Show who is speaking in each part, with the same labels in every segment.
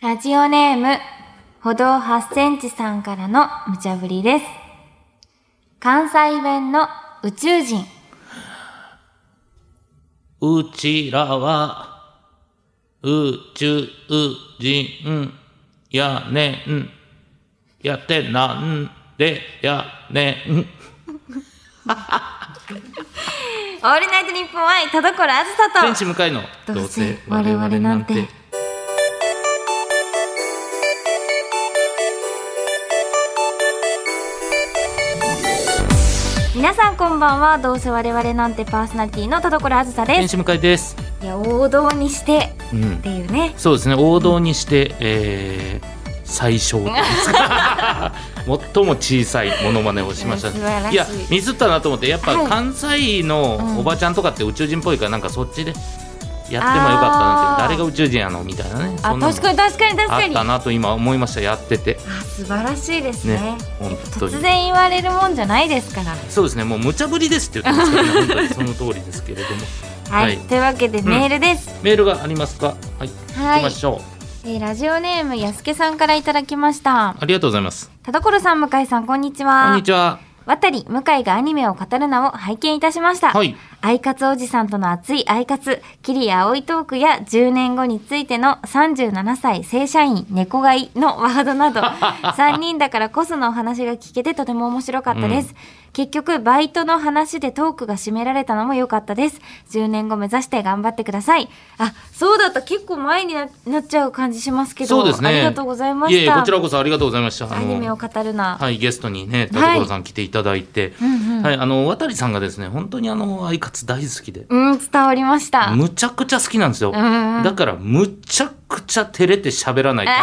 Speaker 1: ラジオネーム、歩道8センチさんからの無茶ぶりです。関西弁の宇宙人。
Speaker 2: うちらは宇宙人やねん。やってなんでやねん。
Speaker 1: オールナイトニッポン愛、田所あずさ
Speaker 2: 天
Speaker 1: と。
Speaker 2: 使向かいの
Speaker 1: どうせ我々なんて。皆さんこんばんは。どうせ我々なんてパーソナリティの田所あずさで
Speaker 2: 天
Speaker 1: す。
Speaker 2: 使向かいです。
Speaker 1: いや、王道にして
Speaker 2: うん
Speaker 1: っ。ていうね。
Speaker 2: そうですね。王道にして、えー最小という んですか最も小さいモノマネをしました
Speaker 1: 素晴らしい
Speaker 2: やミスったなと思ってやっ
Speaker 1: は
Speaker 2: ぱ
Speaker 1: い
Speaker 2: 関西のおばちゃんとかって宇宙人っぽいからなんかそっちでやってもよかったなって
Speaker 1: あー
Speaker 2: 誰が宇宙人やのみたいなね
Speaker 1: あ、
Speaker 2: そんなの
Speaker 1: 確かに確かに確か
Speaker 2: あっ
Speaker 1: に。
Speaker 2: たなと今思いましたやってて
Speaker 1: あ素晴らしいです
Speaker 2: ね
Speaker 1: ね
Speaker 2: 本当
Speaker 1: 突
Speaker 2: に
Speaker 1: 然言われるもんじゃないですから。
Speaker 2: そうですねもう無茶ぶりですって言ってますからね本当にその通りですけれども
Speaker 1: はい、
Speaker 2: はい
Speaker 1: というわけでメールです。
Speaker 2: メールがありますかはい行
Speaker 1: は
Speaker 2: き
Speaker 1: い、
Speaker 2: ましょう
Speaker 1: えーラジオネームやすけさんからいただきました。
Speaker 2: ありがとうございます
Speaker 1: 田所さん、向井さん、こんにちは。
Speaker 2: こんにちは
Speaker 1: 渡り、向井がアニメを語るなを拝見いたしました。
Speaker 2: はい
Speaker 1: アイカツおじさんとの熱いアイカツ、キリアいトークや10年後についての37歳正社員猫飼いのワード など、3人だからこそのお話が聞けてとても面白かったです。結局、バイトの話でトークが締められたのも良かったです。10年後目指して頑張ってください。あ、そうだった。結構前にななっちゃう感じしますけど、
Speaker 2: そうですね
Speaker 1: ありがとうございました。
Speaker 2: ええこちらこそありがとうございましたあ
Speaker 1: アニメを
Speaker 2: の
Speaker 1: 語るな。
Speaker 2: はいゲストにね田所さん来ていただいて
Speaker 1: うんうん
Speaker 2: はいあの渡さんがですね本当にあのアイカツ大好きで
Speaker 1: うん、伝わりました。
Speaker 2: むちゃくちゃ好きなんですよ
Speaker 1: うんうん
Speaker 2: だからむちゃくちゃ照れて喋らない ターンと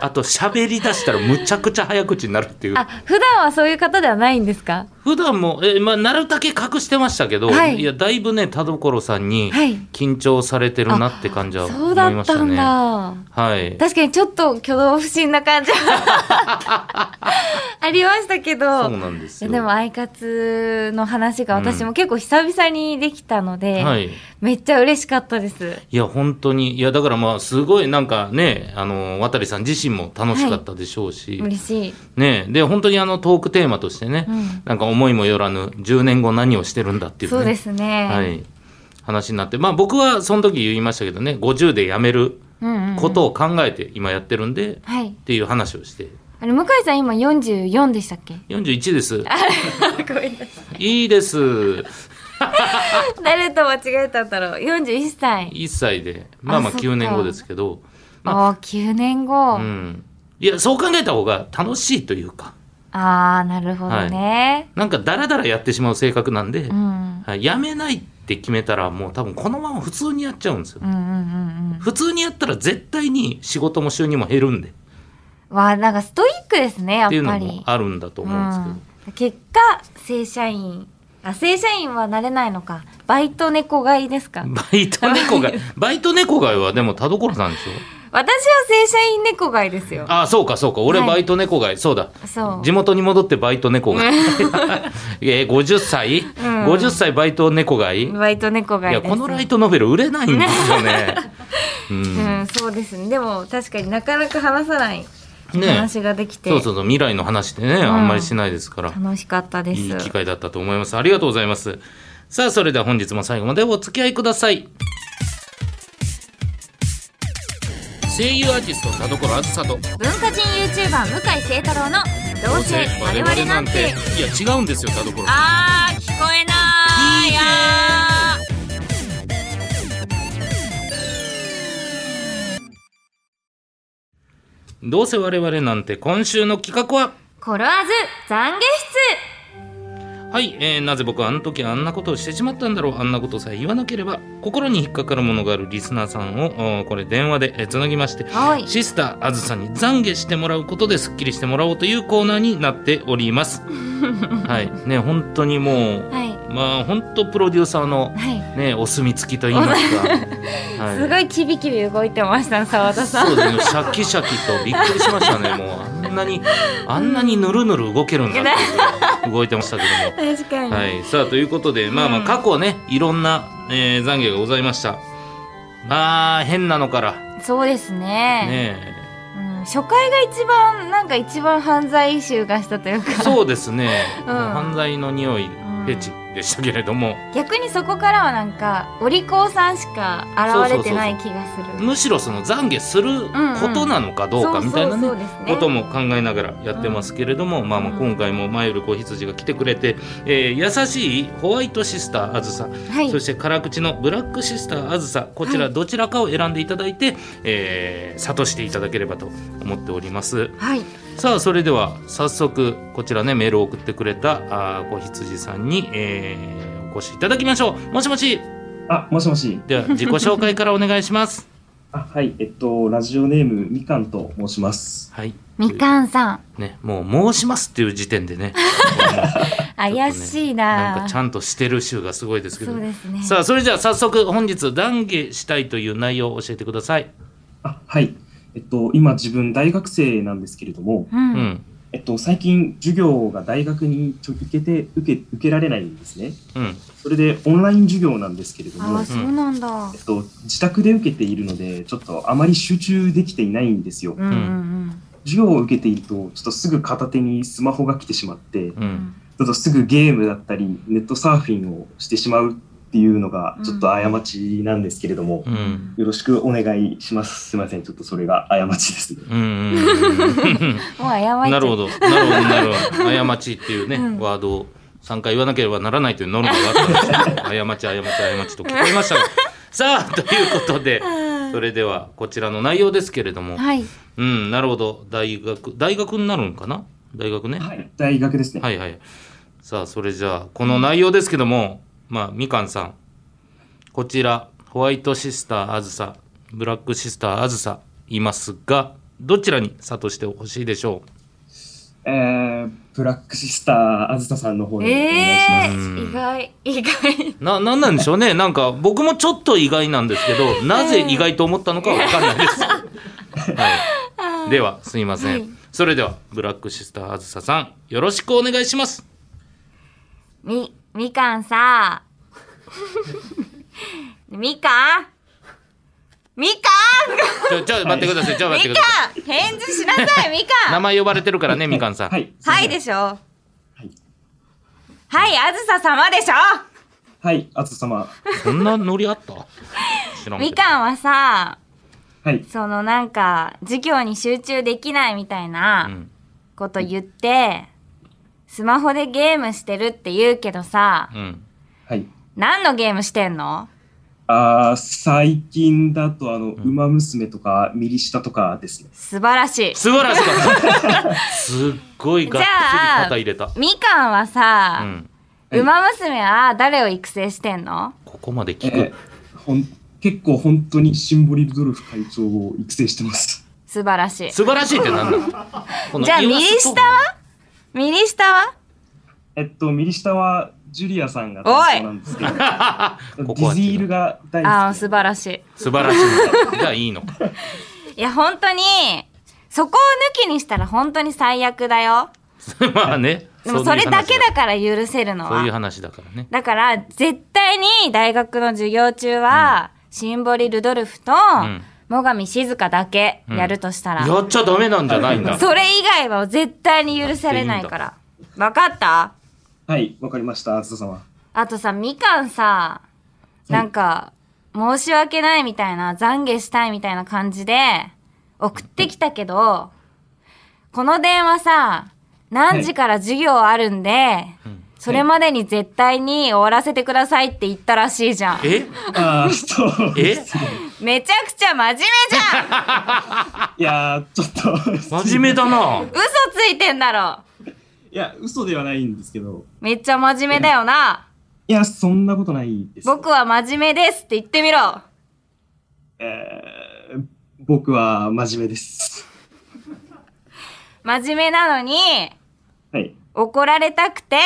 Speaker 2: あと喋り出したらむちゃくちゃ早口になるっていう
Speaker 1: あ、普段はそういう方ではないんですか
Speaker 2: 普段も、えーまあ、なるだけ隠してましたけど、
Speaker 1: はい
Speaker 2: い、やだいぶね田所さんに
Speaker 1: はい
Speaker 2: 緊張されてるなって感じは
Speaker 1: そ
Speaker 2: 思
Speaker 1: うだ
Speaker 2: い
Speaker 1: っ
Speaker 2: ました
Speaker 1: たん
Speaker 2: ね。
Speaker 1: だ。
Speaker 2: はい、
Speaker 1: 確かにちょっと挙動不審な感じ はありましたけど。
Speaker 2: そうなんですよ。
Speaker 1: でも、アイカツの話が私も結構久々にできたので、
Speaker 2: はい、
Speaker 1: めっちゃ嬉しかったです。
Speaker 2: いや本当にいやだからまあすごいなんかねあの渡さん自身も楽しかったでしょうし、
Speaker 1: 嬉しい。
Speaker 2: ねで本当にあのトークテーマとしてね、
Speaker 1: うん
Speaker 2: なんか思いもよらぬ10年後何をしてるんだっていう、ね、
Speaker 1: そうですね。
Speaker 2: はい、話になってまあ僕はその時言いましたけどね50で辞める
Speaker 1: うんうんうん
Speaker 2: ことを考えて今やってるんで、
Speaker 1: はい
Speaker 2: っ。ていう話をして
Speaker 1: あれ、向井さん今44でした っけ
Speaker 2: 41です
Speaker 1: ごめんなさ
Speaker 2: いいです
Speaker 1: い誰と間違えたんだろう。41歳。
Speaker 2: 1歳でまあまあ
Speaker 1: あそっか
Speaker 2: 9年後ですけどま
Speaker 1: ああ、9年後。
Speaker 2: あうんいやそう考えた方が楽しいというか
Speaker 1: ああ、なるほどね。
Speaker 2: なんかダラダラやってしまう性格なんで、
Speaker 1: うん。
Speaker 2: はい、やめないって決めたらもう多分このまま普通にやっちゃうんですよ
Speaker 1: うんうんうんうん。
Speaker 2: 普通にやったら絶対に仕事も収入も減るんで
Speaker 1: わあ、なんかストイックですね、や
Speaker 2: っ
Speaker 1: って
Speaker 2: いう
Speaker 1: ぱ
Speaker 2: の
Speaker 1: り
Speaker 2: も。あるんだと思うんですけど、
Speaker 1: うん結果、正社員。あ、正社員はなれないのか。バイト猫飼いですか。
Speaker 2: バイト 猫がバイト猫がはでも田所さんでしょ
Speaker 1: 私は正社員猫飼いですよ。
Speaker 2: ああそうかそうか俺
Speaker 1: はい
Speaker 2: バイト猫が、そうだ
Speaker 1: そう
Speaker 2: 地元に戻ってバイト 猫がえ50歳、50歳バイト猫がいい、い
Speaker 1: バイト猫飼い
Speaker 2: や
Speaker 1: です。
Speaker 2: このライトノベル売れないんですよね、うん
Speaker 1: うん、そうですね。でも、確かになかなか話さない
Speaker 2: ね
Speaker 1: 話 ができて、
Speaker 2: そうそうそう未来の話ってね、あんまりしないですから
Speaker 1: 楽しかったです。
Speaker 2: いい機会だったと思いますありがとうございますさあそれでは本日も最後までお付き合いください声優アーティスト田所あずさと
Speaker 1: 文化人 YouTuber 向井聖太郎の「どうせ我々なんて
Speaker 2: いや違うんですよ田所」さん
Speaker 1: あー聞こえないや
Speaker 2: どうせ我々なんて今週の企画は
Speaker 1: ーコロワーズ懺悔
Speaker 2: はい、えーなぜ僕はあの時あんなことをしてしまったんだろうあんなことさえ言わなければ心に引っかかるものがあるリスナーさんをおーこれ電話でえーつなぎまして、
Speaker 1: はい
Speaker 2: シスターあずさんに懺悔してもらうことですっきりしてもらおうというコーナーになっております はいね本当にもう、
Speaker 1: はい
Speaker 2: まあ本当プロデューサーの
Speaker 1: は
Speaker 2: ねお墨付きと言います か、はい
Speaker 1: すごいキビキビ動いてましたね澤田さん
Speaker 2: そうですね、シャキシャキとびっくりしましたね、もうあんなに、あんなにぬるぬる動けるんだっていうぐらい動いてましたけど も。
Speaker 1: 確かに、
Speaker 2: はい、さあということで、まあまあ
Speaker 1: うん
Speaker 2: 過去ね、いろんな、えー懺悔がございました。まあ変なのから、
Speaker 1: そうですね
Speaker 2: ね
Speaker 1: うん、初回が一番なんか一番犯罪集がしたという
Speaker 2: え
Speaker 1: か
Speaker 2: そうですね、
Speaker 1: ん
Speaker 2: 犯罪の匂いフェチでしたけれども、
Speaker 1: 逆にそこからはなんかお利口さんしか現れてない気がする
Speaker 2: むしろその懺悔することなのかどうかみたいなね
Speaker 1: そうそうそうですね
Speaker 2: ことも考えながらやってますけれども、まあまあ今回も前より子羊が来てくれて、えー優しいホワイトシスターあずさ、
Speaker 1: はい
Speaker 2: そして辛口のブラックシスターあずさこちらどちらかを選んでいただいて、えー諭していただければと思っております
Speaker 1: はい
Speaker 2: さあそれでは早速こちらねメールを送ってくれたあー子羊さんに、えーお越しいただきましょうもしもし
Speaker 3: あ、もしもし。
Speaker 2: では自己紹介からお願いします
Speaker 3: あ、はい。えっと、ラジオネーム、みかんと申します。
Speaker 2: はい
Speaker 1: みかんさん
Speaker 2: ねもう申しますっていう時点でね
Speaker 1: 怪しい
Speaker 2: なん
Speaker 1: な
Speaker 2: かちゃんとしてる週がすごいですけど
Speaker 1: そうですね
Speaker 2: さあそれじゃあ早速本日懺悔したいという内容を教えてください
Speaker 3: あ、はい。えっと、今自分大学生なんですけれども、
Speaker 1: うん、
Speaker 2: うん
Speaker 3: えっと、最近授業が大学にちょ行けて、受け、受けられないんですね。
Speaker 2: うん
Speaker 3: それでオンライン授業なんですけれど
Speaker 1: あ
Speaker 3: も
Speaker 1: あ、そうなんだ、
Speaker 3: えっと、自宅で受けているので、ちょっとあまり集中できていないんですよ。
Speaker 1: うんうん
Speaker 3: 授業を受けていると、ちょっとすぐ片手にスマホが来てしまって、
Speaker 2: う
Speaker 1: うん
Speaker 2: ん
Speaker 3: ちょっとすぐゲームだったり、ネットサーフィンをしてしまうっていうのが、ちょっと過ちなんですけれども、
Speaker 2: う
Speaker 1: うん
Speaker 3: よろしくお願いします。すみません。ちょっとそれが過ちですね。
Speaker 2: うんうん
Speaker 1: もう謝っちゃ う
Speaker 2: なるほどなるほどなるほど過ちっていうね、
Speaker 1: うん
Speaker 2: ワードを3回言わなければならないというノルマがあったんですけど過ち過ち過ちと聞こえま したがさあということでそれではこちらの内容ですけれども
Speaker 1: はい
Speaker 2: うんなるほど大学大学になるんかな大学ね
Speaker 3: はい。大学ですね。
Speaker 2: はいはい。さあ、それじゃあ、この内容ですけども、まあ、みかんさん、こちら、ホワイトシスターあずさ、ブラックシスターあずさ、いますが、どちらに諭してほしいでしょ
Speaker 3: えー、ブラックシスターあずささんの方にお願いしま
Speaker 1: え
Speaker 3: す。
Speaker 1: えー、意外意外
Speaker 2: うな、なんなんでしょうね。なんか、僕もちょっと意外なんですけど、なぜ意外と思ったのかはわかんないです。はい。では、すいません。
Speaker 1: はい
Speaker 2: それでは、ブラックシスターあずささん、よろしくお願いします。
Speaker 1: み、みかんさ。みかん みか
Speaker 2: ちょ、ちょ、待ってください。ちょ、
Speaker 1: ん
Speaker 2: 待って
Speaker 1: み
Speaker 2: くださ
Speaker 1: かん返事しなさい、み
Speaker 2: い。名
Speaker 1: かん
Speaker 2: 前呼ばれてるからね、みかんさん。
Speaker 3: はい。
Speaker 1: はいですしょ
Speaker 3: はい。
Speaker 1: はい、あずさ様でしょ
Speaker 3: はい。あずさ様。
Speaker 2: そんなノリあった知らんけど
Speaker 1: みかんはさ、
Speaker 3: はい。
Speaker 1: そのなんか、授業に集中できないみたいうなんこと言って、スマホでゲームしてるって言うけどさ、
Speaker 2: うん
Speaker 3: はい。
Speaker 1: 何のゲームしてんの
Speaker 3: あー最近だと、あの、ウマ娘とか、ミリシタとかですね。
Speaker 1: 素晴らしい。
Speaker 2: 素晴らしかったすっごいがっつり肩入れた、
Speaker 1: みかんはさ、
Speaker 2: うん、
Speaker 3: はい
Speaker 1: 馬娘は誰を育成してんの
Speaker 2: ここまで聞く、
Speaker 3: えー、ほん結構本当にシンボリルドルフ会長を育成してます。
Speaker 1: 素晴らしい。
Speaker 2: 素晴らしいってなんだこの
Speaker 1: じゃあ
Speaker 2: イワシと
Speaker 1: 右下は右下は
Speaker 3: えっと、ミリシタはジュリアさんが担当なんですけど、
Speaker 2: ここ
Speaker 3: ディ
Speaker 2: は
Speaker 3: ズ
Speaker 2: 違う
Speaker 3: イールが大好きで。
Speaker 1: ああ、素晴らしい。
Speaker 2: 素晴らしいじゃあいいのか
Speaker 1: いや、本当に、そこを抜きにしたら本当に最悪だよ。
Speaker 2: まあね
Speaker 1: でもそれだけ
Speaker 2: だ
Speaker 1: だから許せるの
Speaker 2: そういう
Speaker 1: は。
Speaker 2: 話だからね
Speaker 1: だから、絶対に大学の授業中は、シンボリ・ルドルフと、
Speaker 2: ん
Speaker 1: 最上静香だけやるとしたら、
Speaker 2: やっちゃダメなんじゃないんだ
Speaker 1: それ以外は絶対に許されないから。わかった
Speaker 3: はい、わかりました、あずさ様。
Speaker 1: あとさ、みかんさ、なんか、申し訳ないみたいな、懺悔したいみたいな感じで、送ってきたけど、この電話さ、何時から授業あるんで、それまでに絶対に終わらせてくださいって言ったらしいじゃん。
Speaker 2: え
Speaker 3: ああ、そう。
Speaker 2: え
Speaker 1: めちゃくちゃ真面目じゃ ん
Speaker 3: いやー、ちょっと。
Speaker 2: 真面目
Speaker 3: だ。
Speaker 2: だな
Speaker 1: 嘘ついてんだろ
Speaker 3: いや、嘘ではないんですけど。
Speaker 1: めっちゃ真面目だよな。
Speaker 3: いや、そんなことないです。
Speaker 1: 僕は真面目ですって言ってみろ。
Speaker 3: えー、僕は真面目です。
Speaker 1: 真面目なのに、
Speaker 3: はい。
Speaker 1: 怒られたくて、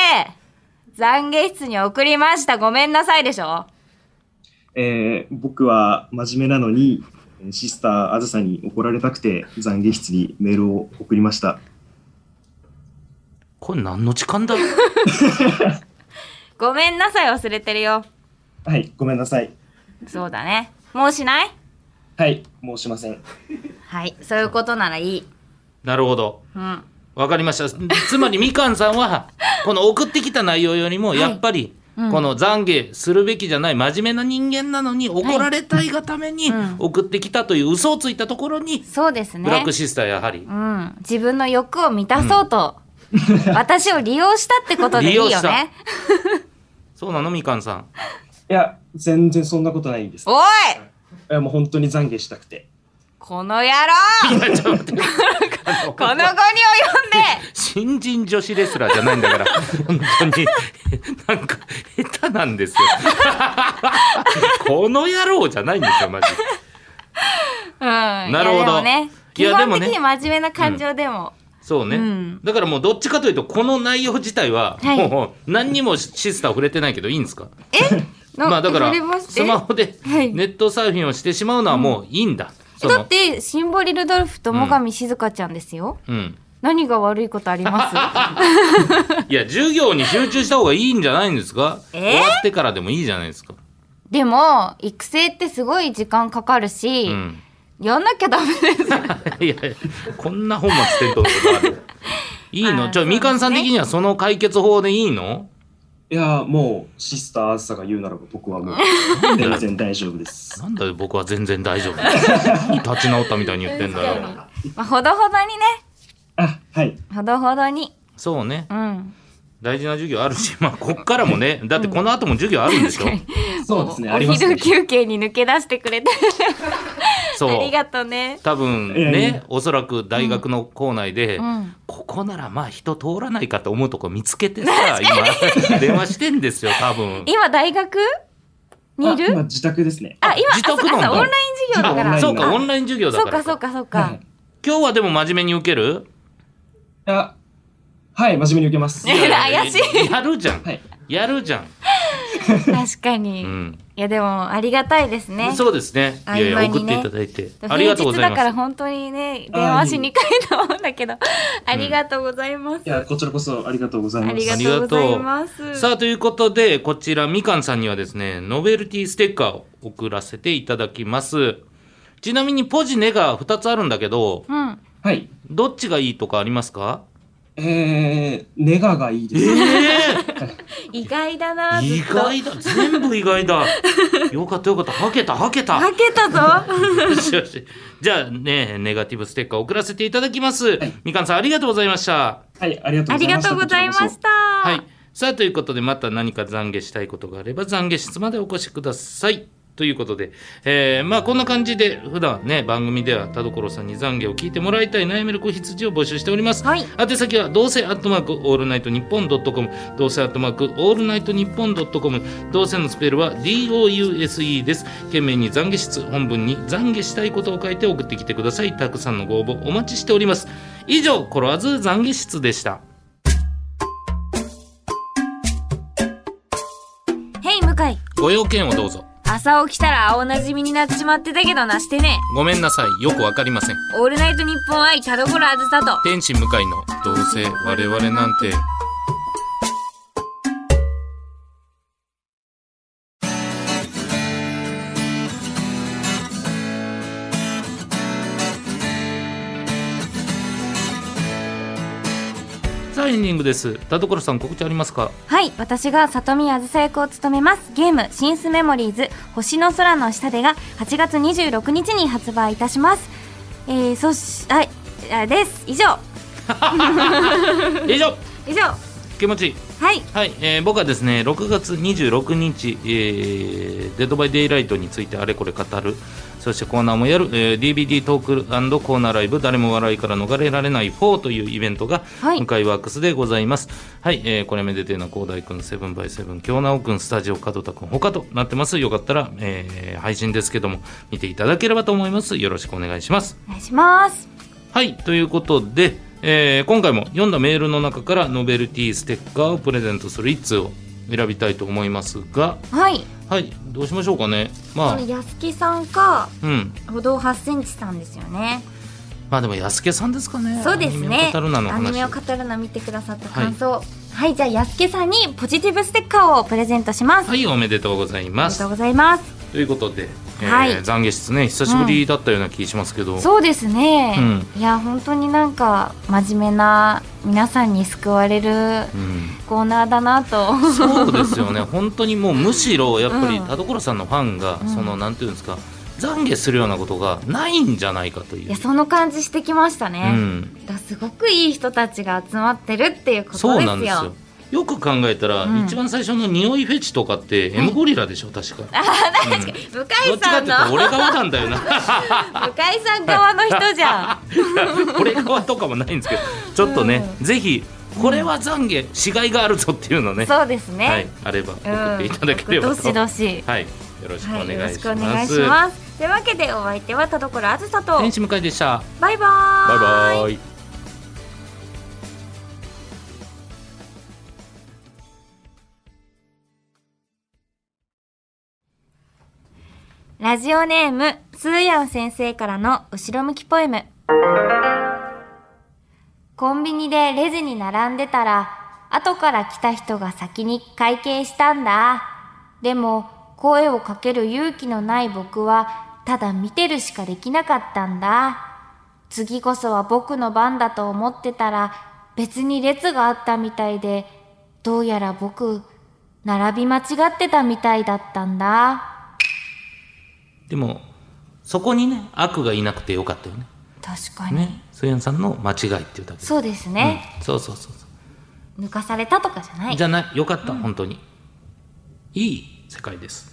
Speaker 1: 懺悔室に送りました。ごめんなさいでしょ
Speaker 3: えー、僕は真面目なのに、えーシスターあずさに怒られたくて、懺悔室にメールを送りました。
Speaker 2: これ何の時間だ
Speaker 1: ごめんなさい忘れてるよ。
Speaker 3: はい、ごめんなさい。
Speaker 1: そうだね。もうしない
Speaker 3: ははい、もうしません。
Speaker 1: はいそういうことならいい
Speaker 2: なるほど。
Speaker 1: うん
Speaker 2: わかりました。つまりみかんさんは、この送ってきた内容よりも、
Speaker 1: い
Speaker 2: やっぱり、
Speaker 1: うん
Speaker 2: この懺悔するべきじゃない真面目な人間なのに怒られたいがために
Speaker 1: うん
Speaker 2: 送ってきたという嘘をついたところに、
Speaker 1: そうです
Speaker 2: ブラッ
Speaker 1: ね
Speaker 2: クシスターやはり
Speaker 1: うん自分の欲を満たそうと、 私を利用したってことでいい
Speaker 2: 利用
Speaker 1: よ
Speaker 2: し
Speaker 1: ね
Speaker 2: そうなのみかんさ ん
Speaker 3: いや、全然そんなことないんです。い
Speaker 1: おい
Speaker 3: や、もう本当に懺悔したくて。
Speaker 1: この野郎
Speaker 2: いやちょっと待って
Speaker 1: こ の子に及んで
Speaker 2: 新人女子レスラーじゃないんだから本当に なんか下手なんですよ この野郎じゃないんですよマジで
Speaker 1: うん、な
Speaker 2: るほど
Speaker 1: ね、
Speaker 2: い
Speaker 1: 基
Speaker 2: やでも
Speaker 1: 本
Speaker 2: ね
Speaker 1: 的に真面目な感情でも、
Speaker 2: そうね、
Speaker 1: うん
Speaker 2: だからもうどっちかというとこの内容自体は
Speaker 1: はい
Speaker 2: もう何にもシスター触れてないけどいいんですか、
Speaker 1: な
Speaker 2: まあだから
Speaker 1: 触れますえ
Speaker 2: スマホで
Speaker 1: はい
Speaker 2: ネットサーフィンをしてしまうのはもういいんだ、そ
Speaker 1: だっ
Speaker 2: の
Speaker 1: てシンボリルドルフと最上静香ちゃんですよ、
Speaker 2: うん
Speaker 1: 何が悪いことあり ま
Speaker 2: いや授業に集中した方がいいんじゃないんですか、
Speaker 1: えー
Speaker 2: 終わってからでもいいじゃないですか、
Speaker 1: すでも育成ってすごい時間かかるし、
Speaker 2: うん、
Speaker 1: やんなきゃダメです
Speaker 2: いやいやこんな本末転倒とかあるいい
Speaker 1: あ
Speaker 2: の
Speaker 1: ー
Speaker 2: ちょ、
Speaker 1: そうですね
Speaker 2: みかんさん的にはその解決法でいいの
Speaker 3: いや、もうシスターあずさが言うならば僕はもう全然大丈夫です。
Speaker 2: なんだよ僕は全然大丈夫 立ち直ったみたいに言ってんだよ
Speaker 1: まあほどほどにね
Speaker 3: あ、はい。
Speaker 1: ほどほどに
Speaker 2: そうね
Speaker 1: うん
Speaker 2: 大事な授業あるし まあこっからもねだってこの後も授業あるんでしょ、
Speaker 3: そうですね、
Speaker 1: お
Speaker 3: あ
Speaker 1: お
Speaker 3: ります
Speaker 1: 昼
Speaker 3: ね。
Speaker 1: 休憩に抜け出してくれて
Speaker 2: そ
Speaker 1: あり
Speaker 2: う
Speaker 1: がとうね
Speaker 2: 多分
Speaker 3: いやい
Speaker 2: ね
Speaker 3: や
Speaker 2: おそらく大学の校内で、
Speaker 1: うん
Speaker 2: ここならまあ人通らないかと思うとこ見つけてさ今 電話してんですよ多分
Speaker 1: 今大学にい
Speaker 3: あ今
Speaker 1: る
Speaker 3: 自宅ですね。
Speaker 1: あ今
Speaker 2: 自宅
Speaker 1: あそう
Speaker 2: なんだ
Speaker 1: あそうオンライン授業だから
Speaker 3: 今
Speaker 2: そうか
Speaker 3: あ
Speaker 2: オンライン授業だ
Speaker 1: そ
Speaker 2: か
Speaker 1: う
Speaker 2: ら
Speaker 1: かそうかそう
Speaker 3: は
Speaker 1: か
Speaker 3: い。
Speaker 2: 今日はでも真面目に受ける
Speaker 3: いや、はい、真面目に受けます。
Speaker 1: ね
Speaker 3: は
Speaker 1: や怪しい
Speaker 2: やるじゃん
Speaker 3: い。
Speaker 2: やるじゃん、
Speaker 1: 確かに、
Speaker 2: うん
Speaker 1: いやでもありがたいですね
Speaker 2: そうですねい
Speaker 1: 合間
Speaker 2: や
Speaker 1: にね
Speaker 2: いや送っていただいてあり
Speaker 1: 平
Speaker 2: がとうご
Speaker 1: 日
Speaker 2: ざい
Speaker 1: だから
Speaker 2: ます
Speaker 1: 本当にね電話しにくいと思うんだけどありがとうございます、
Speaker 3: いや、こちらこそありがとうござい
Speaker 1: あ
Speaker 3: ま
Speaker 1: り
Speaker 3: す。
Speaker 1: がとうございます
Speaker 2: さあということでこちらみかんさんにはですねノベルティステッカーを送らせていただきますちなみにポジネが2つあるんだけど
Speaker 1: うん
Speaker 3: はい。
Speaker 2: どっちがいいとかありますか
Speaker 3: えー、ネガがいいです。
Speaker 1: 意外だなずっと
Speaker 2: 意外だ全部意外だよかったよかったはけたはけた
Speaker 1: かけた ぞ
Speaker 2: よしよしじゃあねネガティブステッカー送らせていただきますみかんさんありがとうございました
Speaker 3: はい、ありがとう
Speaker 1: あ
Speaker 3: ござ
Speaker 1: り
Speaker 3: いま
Speaker 1: が
Speaker 3: した。
Speaker 1: とうございま
Speaker 3: こちらこ
Speaker 1: し
Speaker 3: そ
Speaker 1: た
Speaker 2: はい。さあ、ということで、また何か懺悔したいことがあれば、懺悔室までお越しください。ということで、えーまあ、こんな感じで、普段ね、番組では田所さんに懺悔を聞いてもらいたい悩める子羊を募集しております。
Speaker 1: はい
Speaker 2: 宛先は、どうせアットマークオールナイトニッポンドットコム、どうせアットマークオールナイトニッポンドットコム、どうせのスペルは DOUSE です。懸命に懺悔室、本文に懺悔したいことを書いて送ってきてください。たくさんのご応募お待ちしております。以上、コロワーズ懺悔室でした。
Speaker 1: ヘイ向井
Speaker 2: ご用件をどうぞ。
Speaker 1: 朝起きたら青なじみになっちまってたけどなしてね
Speaker 2: ごめんなさい、よくわかりません。
Speaker 1: オールナイトニッポン愛田所あずさと
Speaker 2: 天使向かいの、どうせ我々なんて。さあエンディングです。田所さん告知ありますか。
Speaker 1: はい私が里見あずさ役を務めますゲーム「シンスメモリーズ星の空の下で」が8月26日に発売いたしますえー、そしはいあです以上
Speaker 2: 以上、
Speaker 1: 以上
Speaker 2: 気持ちいい。
Speaker 1: はい
Speaker 2: はい、えー僕はですね6月26日、えーデッドバイデイライトについてあれこれ語るそしてコーナーもやる、えー DVD トークコーナーライブ誰も笑いから逃れられない4というイベントが
Speaker 1: はい
Speaker 2: 向井ワークスでございますはい、えーこれめでてえな広大くんセブンバイセブン京直くんスタジオ門田くん他となってますよかったら、えー配信ですけども見ていただければと思いますよろしくお願いします
Speaker 1: お願いします
Speaker 2: はい、ということで、えー今回も読んだメールの中からノベルティステッカーをプレゼントする1通を選びたいと思いますが、
Speaker 1: はい
Speaker 2: はい、どうしましょうかね。
Speaker 1: こ
Speaker 2: まあ
Speaker 1: の、安木さんか
Speaker 2: うん。
Speaker 1: 歩道8センチさんですよね
Speaker 2: まあでも、安家さんですかね。
Speaker 1: そうですね
Speaker 2: アニメを語るなの
Speaker 1: アニメ
Speaker 2: 話
Speaker 1: を。語るの見てくださった感想はい、じゃあ安木さんにポジティブステッカーをプレゼントします、
Speaker 2: はい、おめでとうござい
Speaker 1: あ
Speaker 2: ま
Speaker 1: りがと
Speaker 2: す
Speaker 1: う。ございます
Speaker 2: ということで、えー
Speaker 1: はい
Speaker 2: 懺悔室ね久しぶりだったような気しますけど、
Speaker 1: そうですね、
Speaker 2: う
Speaker 1: いや本当になんか真面目な皆さんに救われる
Speaker 2: うん
Speaker 1: コーナーだな と、
Speaker 2: そうですよね、 本当にもうむしろやっぱり
Speaker 1: うん
Speaker 2: 田所さんのファンが、
Speaker 1: うん
Speaker 2: そのなんていうんですか、懺悔するようなことがないんじゃないかという。
Speaker 1: いやその感じしてきました
Speaker 2: う
Speaker 1: ね、
Speaker 2: ん、
Speaker 1: だからすごくいい人たちが集まってるっていうことですよ
Speaker 2: そうなんですよ。よく考えたら、
Speaker 1: うん
Speaker 2: 一番最初の匂いフェチとかって、エムゴリラでしょ、確か。うん
Speaker 1: 向
Speaker 2: ど
Speaker 1: 井
Speaker 2: っちか
Speaker 1: さ
Speaker 2: って
Speaker 1: ん
Speaker 2: 言ったら
Speaker 1: の
Speaker 2: 俺側なんだ よな
Speaker 1: 向井さん側の人じ ゃん
Speaker 2: 俺側とかもないんですけどちょっとね、ぜひこれは懺悔しがいがあるぞっていうのね、
Speaker 1: そうですね、
Speaker 2: はい、あれば送っていただければ
Speaker 1: うん、
Speaker 2: と、
Speaker 1: どしどし、
Speaker 2: はい、よろしくお
Speaker 1: はい、よ
Speaker 2: 願
Speaker 1: ろ
Speaker 2: い
Speaker 1: し
Speaker 2: し
Speaker 1: くお
Speaker 2: ま
Speaker 1: 願いし
Speaker 2: す。
Speaker 1: ますというわけでお相手は田所あずさと
Speaker 2: 天使向井でした。
Speaker 1: バイバ
Speaker 2: バ
Speaker 1: ー
Speaker 2: イバイ。
Speaker 1: ラジオネーム、スーヤン先生からの後ろ向きポエム。コンビニでレジに並んでたら、後から来た人が先に会計したんだ。でも、声をかける勇気のない僕は、ただ見てるしかできなかったんだ。次こそは僕の番だと思ってたら、別に列があったみたいで、どうやら僕、並び間違ってたみたいだったんだ。
Speaker 2: でもそこにね悪がいなくてよかったよね。
Speaker 1: 確かに、
Speaker 2: ね、ソヤンさんの間違いっていうだけで。
Speaker 1: そうですね、
Speaker 2: うんそうそうそうそう。
Speaker 1: 抜かされたとかじゃない
Speaker 2: じゃないよかった、本当にいい世界です。